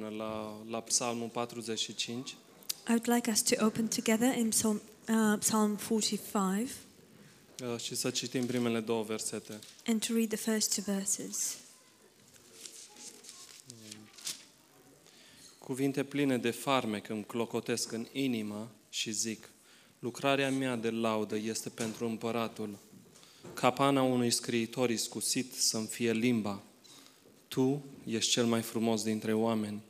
până la, la Psalmul 45. I would like us to open together in Psalm, uh, Psalm 45 Uh, și să citim primele două versete. and to read the first two verses. Cuvinte pline de farmec îmi clocotesc în inimă și zic, lucrarea mea de laudă este pentru împăratul. Capana unui scriitor iscusit să-mi fie limba. Tu ești cel mai frumos dintre oameni.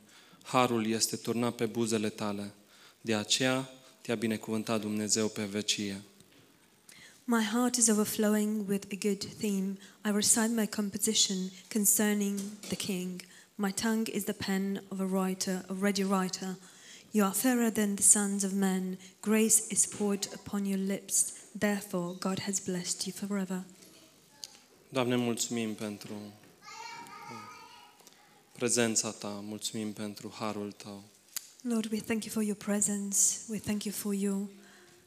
Harul este turnat pe buzele tale. De aceea te-a binecuvântat Dumnezeu pe vecie. My heart is overflowing with a good theme. I recite my composition concerning the king. My tongue is the pen of a writer, a ready writer. You are fairer than the sons of men. Grace is poured upon your lips. Therefore, God has blessed you forever. Doamne, mulțumim pentru uh, prezența Ta, mulțumim pentru harul Tău. Lord, we thank you for your presence. We thank you for your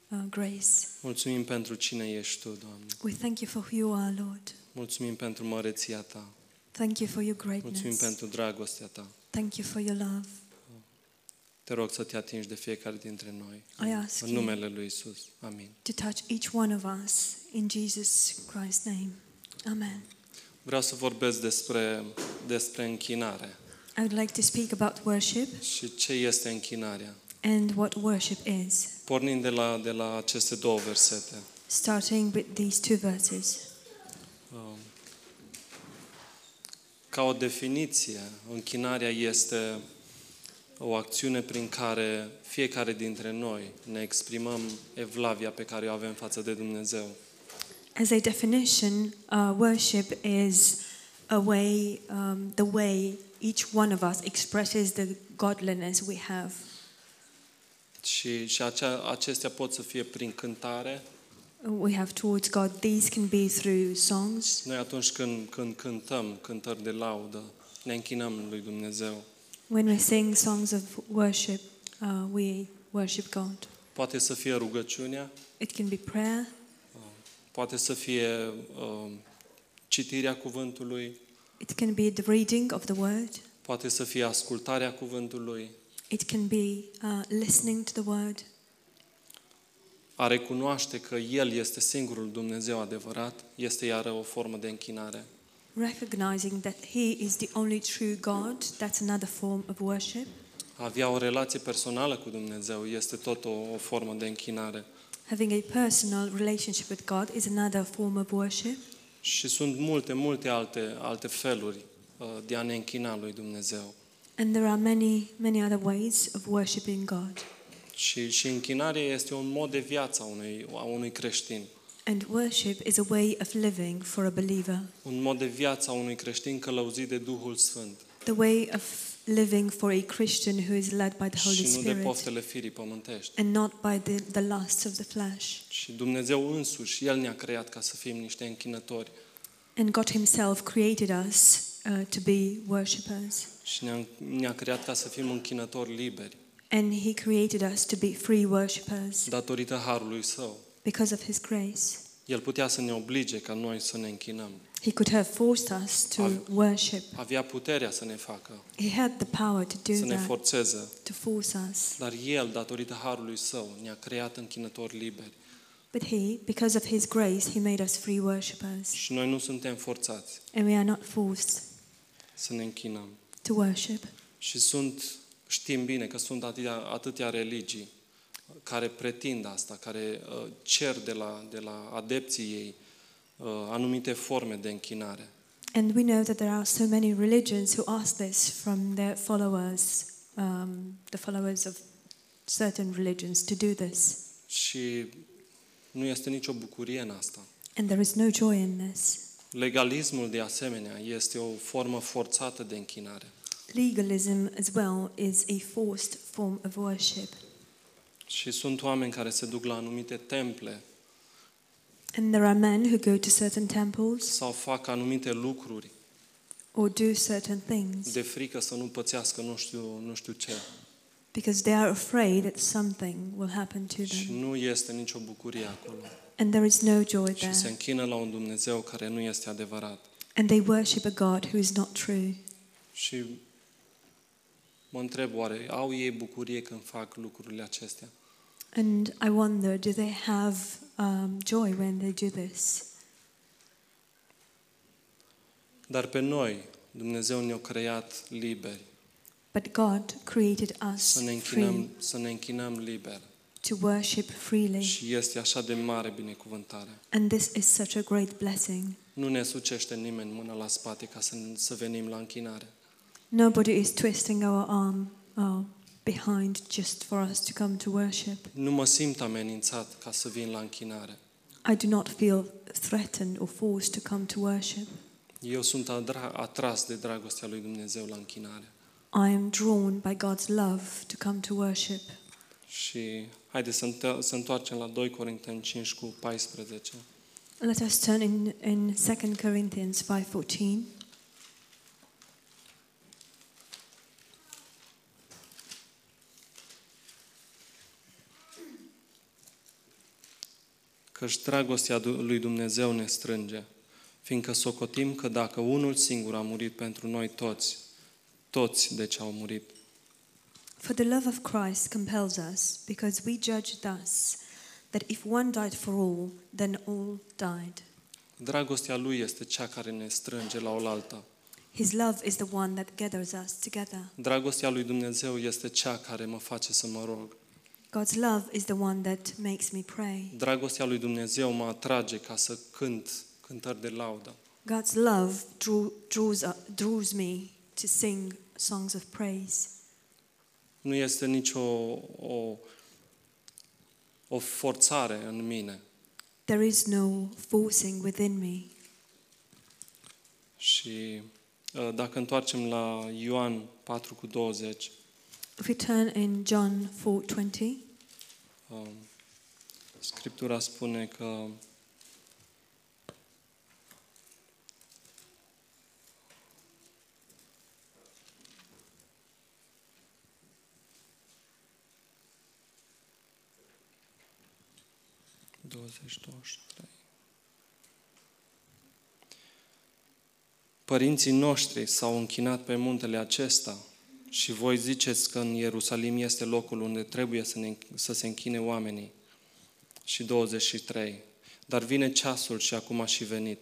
uh, grace. Mulțumim pentru cine ești Tu, Doamne. We thank you for who you are, Lord. Mulțumim pentru măreția Ta. Thank you for your Mulțumim greatness. pentru dragostea Ta. Thank you for your love. Te rog să te atingi de fiecare dintre noi. I ask În you numele Lui Isus. Amin. to touch each one of us in Jesus Christ's name. Amen. Vreau să vorbesc despre, despre închinare I would like to speak about worship și ce este închinarea. and what worship is, Pornind de la, de la aceste două versete. starting with these two verses. Um, Ca o definiție, închinarea este o acțiune prin care fiecare dintre noi ne exprimăm evlavia pe care o avem față de Dumnezeu. As a definition, uh, worship is a way, um, the way each one of us expresses the godliness we have. Și, și acea, acestea pot să fie prin cântare. we have towards God. These can be through songs. Noi atunci când, când cântăm cântări de laudă, ne închinăm lui Dumnezeu. When we sing songs of worship, uh, we worship God. Poate să fie rugăciunea, It can be prayer, poate să fie uh, citirea cuvântului, it can be the reading of the word, poate să fie ascultarea cuvântului, it can be uh, listening to the word, A recunoaște că El este singurul Dumnezeu adevărat este iară o formă de închinare. recognizing that He is the only true God. That's another form of worship. A avea o relație personală cu Dumnezeu este tot o, o formă de închinare. Having a personal relationship with God is another form of worship. Și sunt multe, multe alte, alte feluri uh, de a ne închina lui Dumnezeu. And there are many, many other ways of worshiping God. Și, și închinarea este un mod de viață a unui, a unui creștin. And worship is a way of living for a believer. Un mod de viață a unui creștin călăuzit de Duhul Sfânt the way of living for a Christian who is led by the Holy și nu de Spirit poftele firii pământești. and not by the, the lusts of the flesh. Și Dumnezeu însuși, El ne-a creat ca să fim niște închinători. And God Himself created us uh, to be worshippers, Și ne-a, ne-a creat ca să fim închinători liberi, and He created us to be free worshippers datorită harului său. because of His grace. El putea să ne oblige ca noi să ne închinăm. He could have forced us to Av- worship. Avea puterea să ne facă, He had the power to do să ne that, forțeze, to force us. dar El, datorită harului său, ne-a creat închinători liberi. But He, because of His grace, He made us free worshippers, Și noi nu suntem forțați and we are not forced să ne închinăm. to worship. Și sunt, știm bine că sunt atâtea, atâtea religii care pretind asta, care uh, cer de la, de la adepții ei uh, anumite forme de închinare. And we know that there are so many religions who ask this from their followers, um, the followers of certain religions, to do this. Și nu este nicio bucurie în asta. And there is no joy in this. Legalismul, de asemenea, este o formă forțată de închinare. Legalism, as well, is a forced form of worship. Și sunt oameni care se duc la anumite temple And there are men who go to certain temples sau fac anumite lucruri or do certain things de frică să nu pățească nu știu, nu știu ce. because they are afraid that something will happen to Și them. nu este nicio bucurie acolo. And there is no joy Și se there. închină la un Dumnezeu care nu este adevărat. And they worship a God who is not true. Și Mă întreb oare au ei bucurie când fac lucrurile acestea? And I wonder do they have um, joy when they do this? Dar pe noi Dumnezeu ne-a creat liberi, But God created să us ne free închinăm, să ne închinăm liber. to worship freely. Și este așa de mare binecuvântare. And this is such a great blessing. Nu ne sucește nimeni mâna la spate ca să, să venim la închinare. Nobody is twisting our arm uh, behind just for us to come to worship. Nu mă simt amenințat ca să vin la închinare. I do not feel threatened or forced to come to worship. Eu sunt adra- atras de dragostea lui Dumnezeu la închinare. I am drawn by God's love to come to worship. Și haideți să, înto- să întoarcem la 2 Corinteni 5 cu 14. Let us turn in, in 2 Corinthians 5.14. Căci dragostea du- lui Dumnezeu ne strânge, fiindcă socotim că dacă unul singur a murit pentru noi toți, toți deci au murit. For the love of Christ compels us, because we judge thus, that if one died for all, then all died. Dragostea lui este cea care ne strânge la oaltă. His love is the one that gathers us together. Dragostea lui Dumnezeu este cea care mă face să mă rog. God's love is the one that makes me pray. Dragostea lui Dumnezeu mă atrage ca să cânt cântări de laudă. God's love drew, draws, uh, draws me to sing songs of praise. Nu este nicio o, o forțare în mine. There is no forcing within me. Și uh, dacă întoarcem la Ioan 4 cu 20, If we turn in John 4:20, um, Scriptura spune că Douăzeci, Părinții noștri s-au închinat pe muntele acesta și voi ziceți că în Ierusalim este locul unde trebuie să, ne, să se închine oamenii. Și 23. Dar vine ceasul și acum a și venit,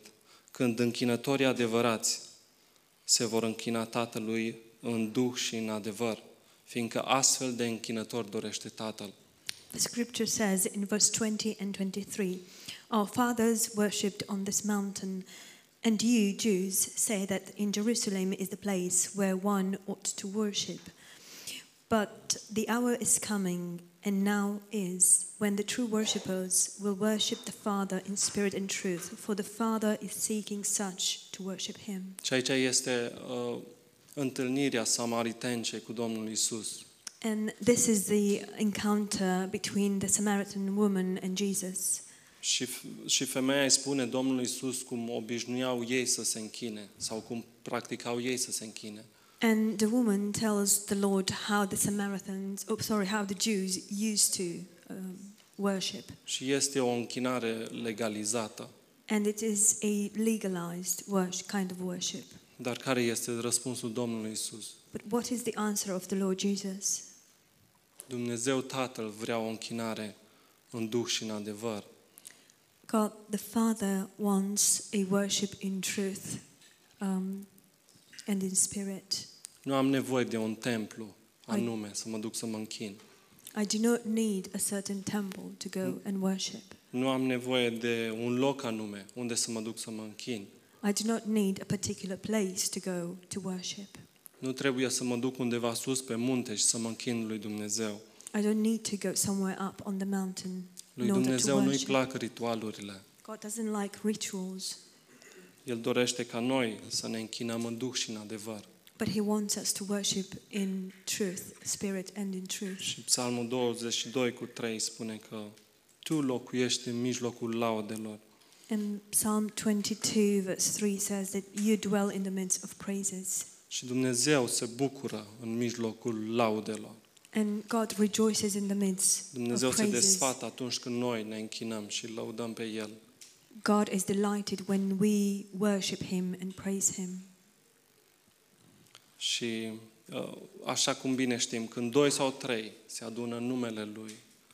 când închinătorii adevărați se vor închina Tatălui în duh și în adevăr, fiindcă astfel de închinători dorește Tatăl. the scripture says in verse 20 and 23, Our fathers worshipped on this mountain, and you, Jews, say that in Jerusalem is the place where one ought to worship. But the hour is coming, and now is, when the true worshippers will worship the Father in spirit and truth, for the Father is seeking such to worship him. Și aici este uh, întâlnirea samaritencei cu Domnul Isus. And this is the encounter between the Samaritan woman and Jesus. Și, f- și femeia îi spune Domnului Isus cum obișnuiau ei să se închine sau cum practicau ei să se închine. And the woman tells the Lord how the Samaritans, oh, sorry, how the Jews used to um, worship. Și este o închinare legalizată. And it is a legalized worship, kind of worship. Dar care este răspunsul Domnului Isus? But what is the answer of the Lord Jesus? Dumnezeu Tatăl vrea o închinare în duh și în adevăr. God the Father wants a worship in truth um, and in spirit. Nu am nevoie de un templu anume să mă duc să mă închin. I do not need a certain temple to go and worship. Nu am nevoie de un loc anume unde să mă duc să mă închin. I do not need a particular place to go to worship. Nu trebuie să mă duc undeva sus pe munte și să mă închin lui Dumnezeu. I don't need to go somewhere up on the mountain Lui in order to Dumnezeu nu-i worship. plac ritualurile. God doesn't like rituals, El dorește ca noi să ne închinăm în duh și în adevăr. but He wants us to worship in truth, spirit, and in truth. Și Psalmul 22 cu 3 spune că Tu locuiești în mijlocul laudelor. And Psalm 22, verse 3 says that you dwell in the midst of praises. Și Dumnezeu se bucură în mijlocul laudelor. And God rejoices in the midst Dumnezeu of se praises. desfată atunci când noi ne închinăm și lăudăm pe El. God is delighted when we worship Him and praise Him. Și uh, așa cum bine știm, când doi sau trei se adună în numele Lui,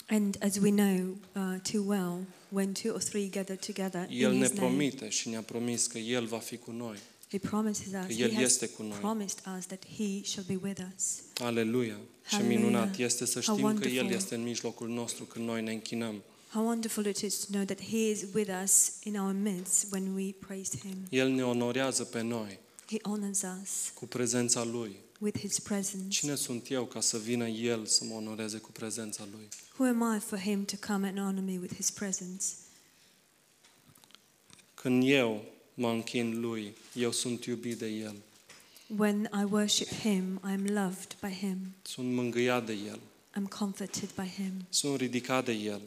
And as we know uh, too well, when two or three gather together El in ne His name, promite și ne-a promis că El va fi cu noi. He promises us, că He El has este cu noi. promised us that He shall be with us. Aleluia! Ce Hallelujah. minunat este să How știm că El wonderful. este în mijlocul nostru când noi ne închinăm. How wonderful it is to know that He is with us in our midst when we praise Him. El ne onorează pe noi He honors us cu prezența Lui. with His presence. Cine sunt eu ca să vină El să mă onoreze cu prezența Lui? Who am I for Him to come and honor me with His presence? Când eu mă închin Lui, eu sunt iubit de El, When I worship Him, I am loved by Him, sunt mângâiat de El, I'm comforted by Him, sunt ridicat de El.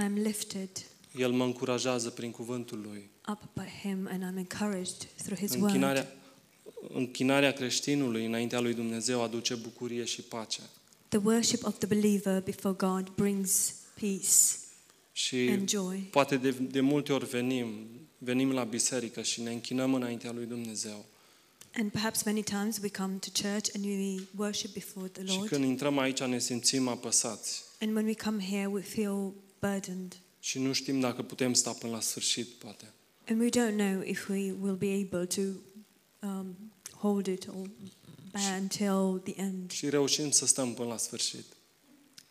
I am lifted El mă încurajează prin cuvântul Lui. up by Him, and I'm encouraged through His word. Închinarea, închinarea creștinului înaintea lui Dumnezeu aduce bucurie și pace. The worship of the believer before God brings peace Și and joy. poate de, de multe ori venim, venim la biserică și ne închinăm înaintea lui Dumnezeu. And perhaps many times we come to church and we worship before the Și Lord. când intrăm aici ne simțim apăsați And when we come here, we feel burdened. și nu știm dacă putem sta până la sfârșit, poate. And we don't know if we will be able to um, hold it all until the end. Și reușim să stăm până la sfârșit.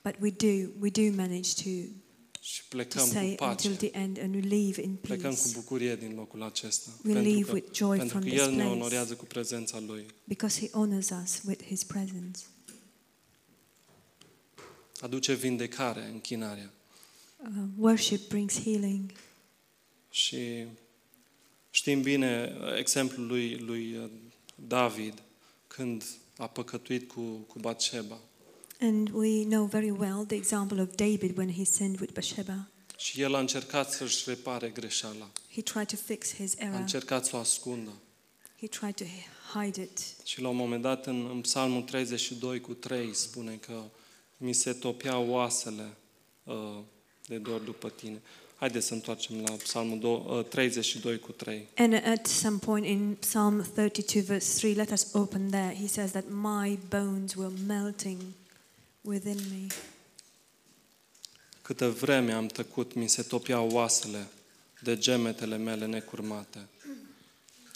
But we do, we do manage to, Și to plecăm cu say until pace, the end and we leave in plecăm cu peace. bucurie din locul acesta. We Pentru leave că, with joy pentru from că this El ne place onorează cu prezența Lui. because He honors us with His presence. Aduce vindecare, închinarea. Uh, worship brings healing. Și știm bine exemplul lui, lui uh, David când a păcătuit cu, cu Batsheba. And we know very well the example of David when he sinned with Bathsheba. Și el a încercat să-și repare greșeala, He tried to fix his a error. încercat să o ascundă. He tried to hide it. Și la un moment dat, în, în Psalmul 32 cu 3, spune că mi se topeau oasele uh, de dor după tine. Haideți să întoarcem la Psalmul dou- uh, 32 cu 3. And at some point in Psalm 32, verse 3, let us open there. He says that my bones were melting within me. Câtă vreme am tăcut, mi se topeau oasele de gemetele mele necurmate.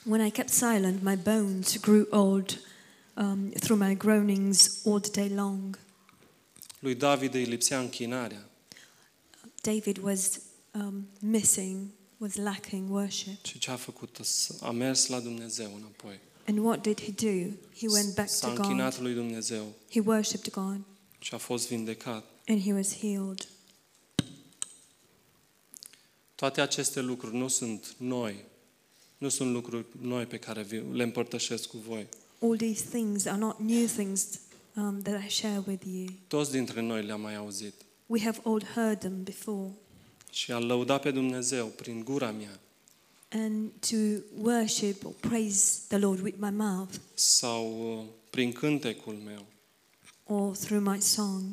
When I kept silent, my bones grew old um, through my groanings all the day long. Lui David îi lipsea închinarea David was um, missing, was lacking worship. și ce a făcut? S- A mers la Dumnezeu înapoi. And what did he do? He went back S-a to God. închinat lui Dumnezeu He worshipped God și a fost vindecat. and he was healed. Toate aceste lucruri nu sunt noi, nu sunt lucruri noi pe care vi- le împărtășesc cu voi. All these things are not new things um, that I share with you. Toți dintre noi le-am mai auzit We have all heard them before. și a lăuda pe Dumnezeu prin gura mea And to worship or praise the Lord with my mouth sau uh, prin cântecul meu or through my song,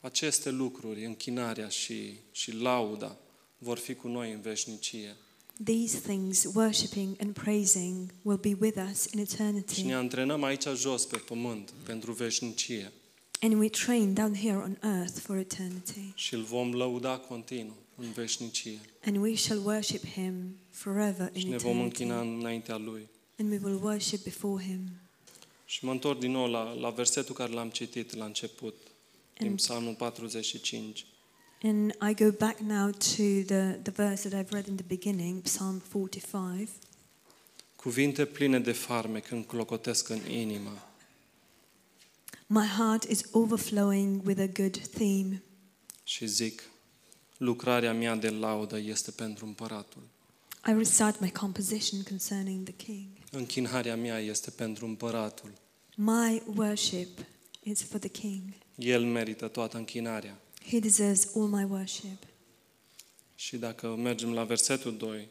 Aceste lucruri, închinarea și, și lauda, vor fi cu noi în veșnicie. these things, worshipping and praising, will be with us in Și ne eternity. antrenăm aici jos, pe pământ, pentru veșnicie. And we train down here on earth for eternity. Și îl vom lăuda continuu în veșnicie. And we shall worship Him forever Și in ne vom eternity. închina înaintea Lui. And we will worship before Him. Și mă întorc din nou la, la versetul care l-am citit la început, din Amin. Psalmul 45. And I go back now to the, the verse that I've read in the beginning, Psalm 45. Cuvinte pline de farmec când clocotesc în inimă. My heart is overflowing with a good theme. Și zic, lucrarea mea de laudă este pentru împăratul. I recite my composition concerning the king. Închinarea mea este pentru împăratul. My worship is for the king. El merită toată închinarea. He deserves all my worship. Și dacă mergem la versetul 2,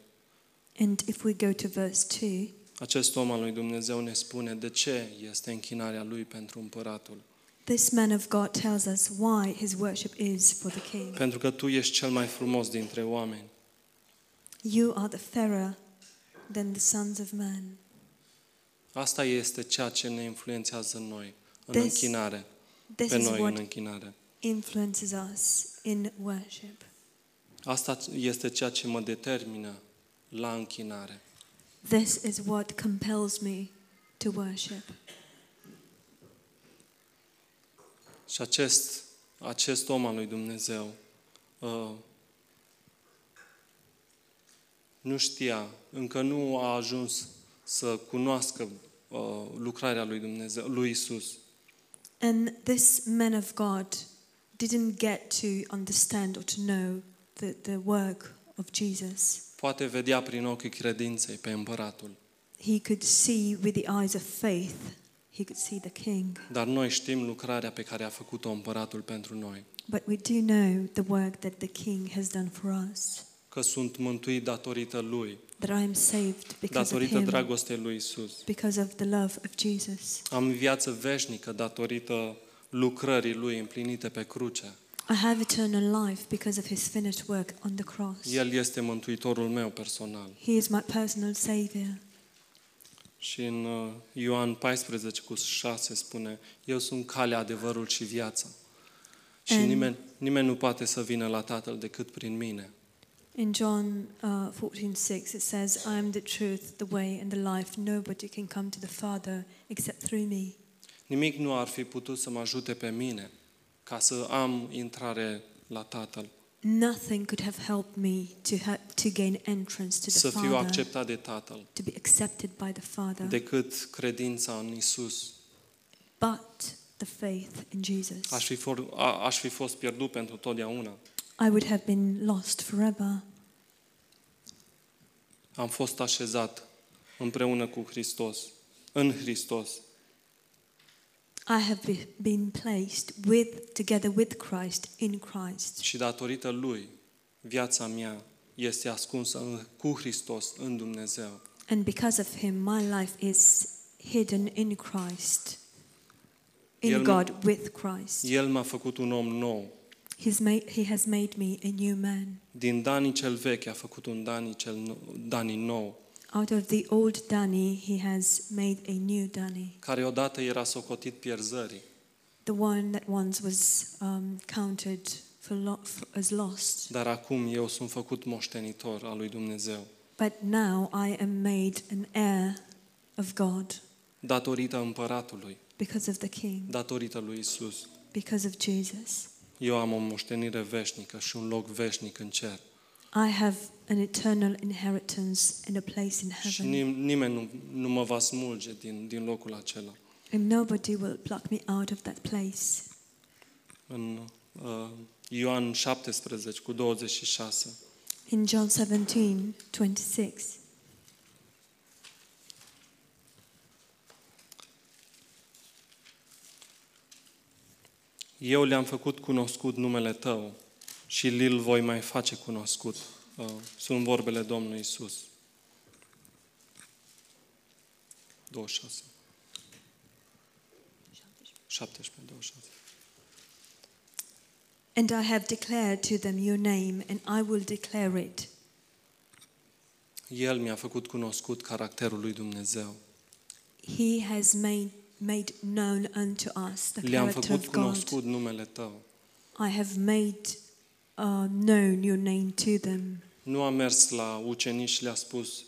And if we go to verse 2, acest om al lui Dumnezeu ne spune de ce este închinarea lui pentru împăratul. this man of God tells us why his worship is for the king. Pentru că tu ești cel mai frumos dintre oameni. You are the fairer than the sons of man. Asta este ceea ce ne influențează în noi, în This- închinare, This pe is noi în what închinare. influences us in worship. Asta este ceea ce mă determină la închinare. This is what compels me to worship. Și acest, acest om al lui Dumnezeu uh, nu știa, încă nu a ajuns să cunoască uh, lucrarea lui Dumnezeu, lui Isus. And this man of God didn't get to understand or to know the, the work of Jesus. Poate vedea prin ochii credinței pe împăratul, He could see with the eyes of faith, he could see the king. dar noi știm lucrarea pe care a făcut-o împăratul pentru noi, But we do know the work that the king has done for us, că sunt mântuit datorită lui, that I am saved because of datorită him, dragostei lui Isus. because of the love of Jesus. Am viață veșnică datorită lucrării lui împlinite pe cruce. I have eternal life because of his finished work on the cross. El este mântuitorul meu personal. He is my personal savior. Și în uh, Ioan 14 cu 6 spune, eu sunt calea, adevărul și viața. Și Amen. nimeni, nimeni nu poate să vină la Tatăl decât prin mine. In John uh, 14:6 it says, "I am the truth, the way and the life. Nobody can come to the Father except through me." Nimic nu ar fi putut să mă ajute pe mine ca să am intrare la Tatăl, Nothing could have helped me to ha- to gain entrance to the să fiu Father, Da. acceptat de Tatăl, to be accepted by the Father, decât credința în Isus. but the faith in Jesus. Aș fi, for, a, aș fi fost pierdut pentru totdeauna. I would have been lost forever. Am fost așezat împreună cu Hristos, în Hristos. I have be- been placed with together with Christ in Christ, Și datorită Lui, viața mea este ascunsă în, cu Hristos în Dumnezeu. and because of him my life is hidden in Christ. El In mă- God with Christ. El m-a făcut un om nou. He's made, he has made me a new man. Din Dani cel vechi a făcut un Dani, cel nou, Dani nou, Out of the old Danny, he has made a new Danny, care odată era socotit pierzării, the one that once was um, counted for lo- for, as lost. dar acum eu sunt făcut moștenitor al lui Dumnezeu, But now I am made an heir of God datorită împăratului, because of the King, datorită lui Isus. because of Jesus. Eu am o moștenire veșnică și un loc veșnic în cer. I have an eternal inheritance and a place in Și heaven, nim- nimeni nu, nu mă va smulge din, din locul acela. and nobody will pluck me out of that place. În uh, Ioan 17 cu 26. In John 17 26, Eu le-am făcut cunoscut numele tău și li-l voi mai face cunoscut. Uh, sunt vorbele Domnului Isus. 26. 17, 26. And I have declared to them your name, and I will declare it. El mi-a făcut cunoscut caracterul lui Dumnezeu. He has made, made known unto us the Le-am character făcut of God. cunoscut numele tău. I have made uh, known your name to them. Nu a mers la ucenici și le-a spus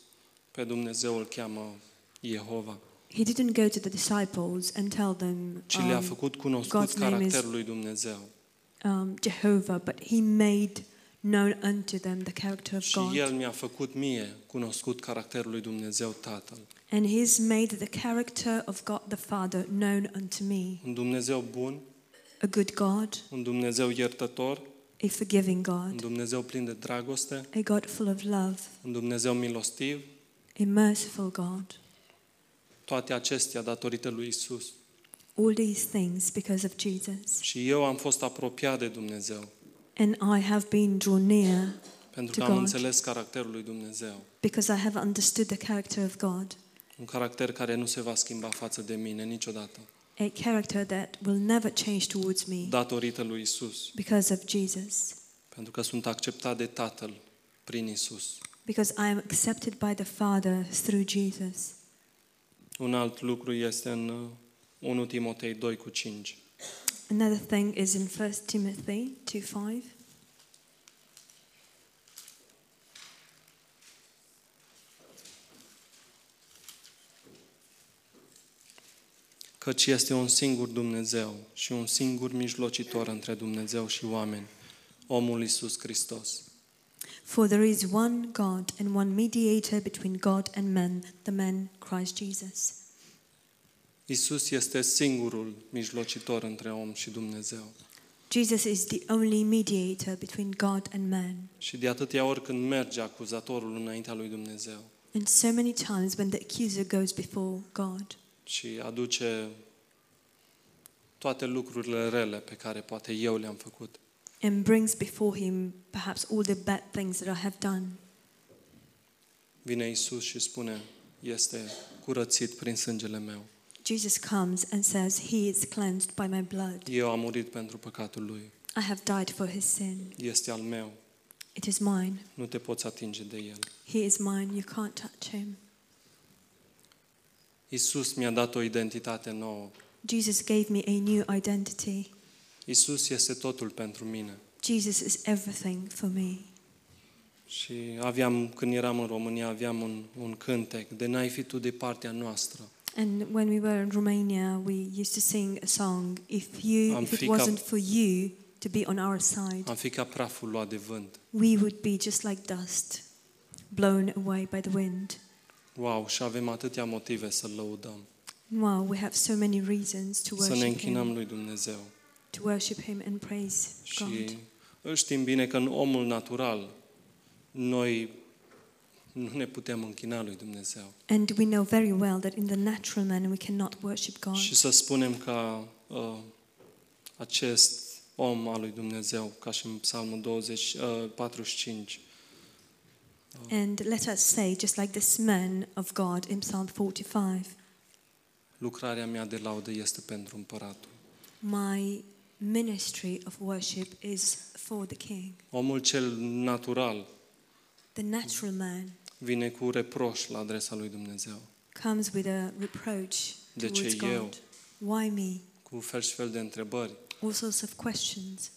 pe Dumnezeu îl cheamă Jehova, He didn't go to the disciples and tell them ci le-a um, făcut cunoscut God's name is- caracterul lui Dumnezeu. um, Jehovah, but he made known unto them the character of Și El God. mi-a făcut mie cunoscut caracterul lui Dumnezeu Tatăl. And he's made the character of God the Father known unto me. Un Dumnezeu bun, A good God, un Dumnezeu iertător, a forgiving un God, Dumnezeu plin de dragoste, a God full of love, un Dumnezeu milostiv, a merciful God. toate acestea datorită lui Isus. all these things because of Jesus. Și eu am fost apropiat de Dumnezeu, And I have been drawn near pentru To că am God. înțeles caracterul lui Dumnezeu. because I have understood the character of God, Un caracter care nu se va schimba față de mine niciodată, a character that will never change towards me datorită lui Isus. because of Jesus, Pentru că sunt acceptat de Tatăl prin Isus. because I am accepted by the Father through Jesus. Un alt lucru este în uh, 1 Timotei 2 cu 5. Another thing is in 1 Timothy 2 5. Căci este un singur Dumnezeu și un singur mijlocitor între Dumnezeu și oameni, omul Iisus Hristos, For there is one God and one mediator between God and men, the man Christ Jesus. Isus este singurul mijlocitor între om și Dumnezeu. Jesus is the only mediator between God and man. Și de atâtea ori când merge acuzatorul înaintea lui Dumnezeu And so many times when the accuser goes before God și aduce toate lucrurile rele pe care poate eu le-am făcut, and brings before him perhaps all the bad things that I have done, vine Isus și spune, este curățit prin sângele meu. Jesus comes and says, He is cleansed by my blood. Eu am murit pentru păcatul lui. I have died for his sin. Este al meu. It is mine. Nu te poți atinge de el. He is mine. You can't touch him. Isus mi-a dat o identitate nouă. Jesus gave me a new identity. Isus este totul pentru mine. Jesus is everything for me. Și aveam, când eram în România, aveam un, un cântec, de n-ai fi tu de partea noastră. And when we were in Romania, we used to sing a song, If you Am if it fi wasn't cap- for you to be on our side, Am fi ca praful luat de vânt. we would be just like dust, blown away by the wind. Wow, și avem atâtea motive să-L lăudăm, Wow, we have so many reasons to să ne worship închinăm him, lui Dumnezeu. to worship him and praise God. Și știm bine că în omul natural noi nu ne putem închina lui Dumnezeu. And we know very well that in the natural man we cannot worship God. Și să spunem ca uh, acest om al lui Dumnezeu, ca și în Psalmul 20, uh, 45, And let us say, just like this man of God in Psalm 45, lucrarea mea de laudă este pentru împăratul. My ministry of worship is for the king. Omul cel natural The natural man vine cu reproș la adresa lui Dumnezeu, comes with a reproach De towards ce God. eu? Why me? cu fel și fel de întrebări. All sorts of questions.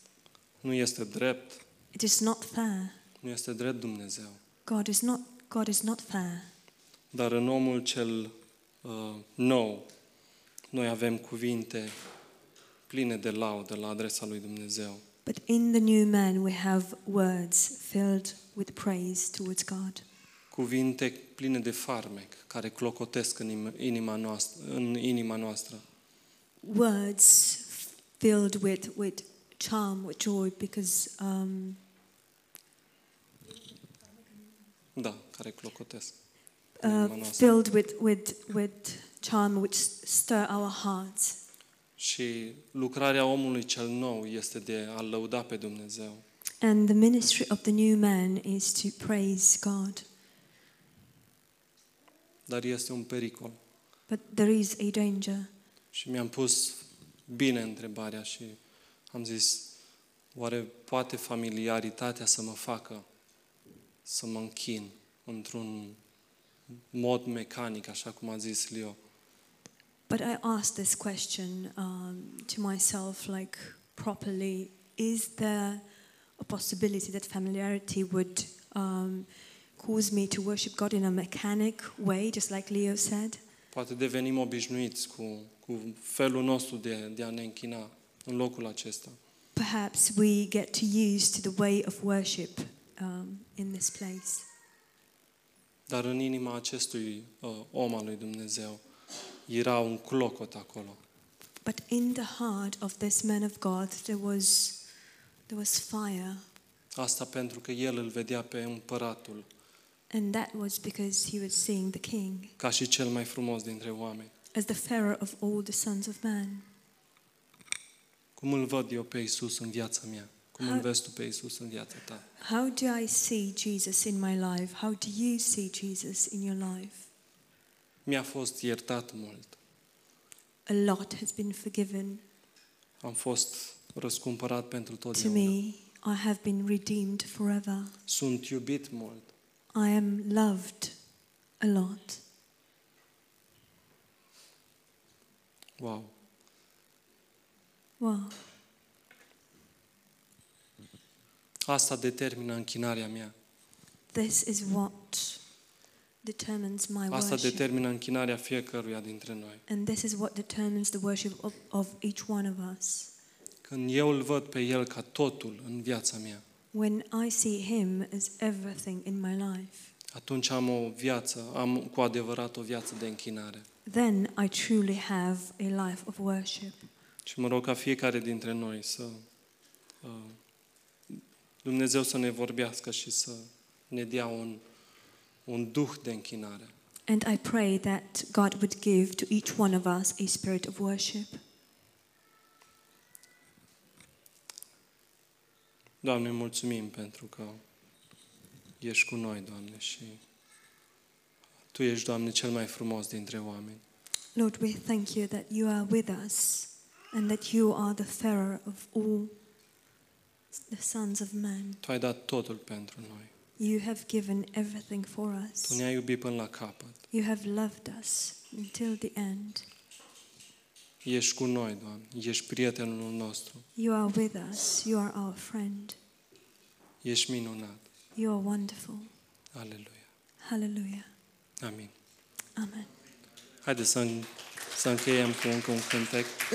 Nu este drept, It is not fair. nu este drept Dumnezeu. God is not God is not fair. Dar în omul cel uh, nou, noi avem cuvinte pline de laudă la adresa lui Dumnezeu. But in the new man we have words filled with praise towards God. Cuvinte pline de farmec care clocotesc în im- inima noastră. În inima noastră. Words filled with, with charm, with joy, because um, Da, care clocotesc. în uh, inima noastră. filled with, with, with charm which stir our hearts. Și lucrarea omului cel nou este de a lăuda pe Dumnezeu. And the ministry of the new man is to praise God. Dar este un pericol. But there is a danger. Și mi-am pus bine întrebarea și am zis, oare poate familiaritatea să mă facă să mă închin într-un mod mecanic, așa cum a zis Leo? But I asked this question um, to myself, like properly: Is there a possibility that familiarity would um, cause me to worship God in a mechanic way, just like Leo said? Poate devenim obișnuiți cu, cu felul nostru de, de a ne închina în locul acesta. Perhaps we get too used to the way of worship um, in this place. Dar în inima acestui uh, om al lui Dumnezeu era un clocot acolo. But in the heart of this man of God, there was there was fire, Asta pentru că el îl vedea pe împăratul and that was because he was seeing the King ca și cel mai frumos dintre oameni. as the Pharaoh of all the sons of man. Cum îl văd eu pe Isus în viața mea? Cum îl Hai. vezi tu pe Isus în viața ta? How do I see Jesus in my life? How do you see Jesus in your life? Mi-a fost iertat mult. A lot has been forgiven Am fost răscumpărat pentru to totdeauna. me. I have been redeemed forever. Sunt iubit mult. I am loved a lot. Wow! Wow. Asta determină închinarea mea. This is what determines my Asta worship. determină închinarea fiecăruia dintre noi. And this is what determines the worship of, of each one of us. Când eu îl văd pe el ca totul în viața mea, When I see Him as everything in my life, atunci am o viață, am cu adevărat o viață de închinare. then I truly have a life of worship. Și mă rog ca fiecare dintre noi să uh, Dumnezeu să ne vorbească și să ne dea un, un duh de închinare. And I pray that God would give to each one of us a spirit of worship. Doamne, mulțumim pentru că ești cu noi, Doamne, și Tu ești, Doamne, cel mai frumos dintre oameni. Lord, we thank you that you are with us and that you are the fairer of all the sons of men. Tu ai dat totul pentru noi. You have given everything for Tu us. ne-ai iubit până la capăt. You have loved us until the end. Ești cu noi, Doamne. Ești prietenul nostru. You are with us. You are our friend. Ești minunat. You are wonderful. Aleluia. Hallelujah. Amin. Amen. Haideți să, să încheiem cu încă un cântec.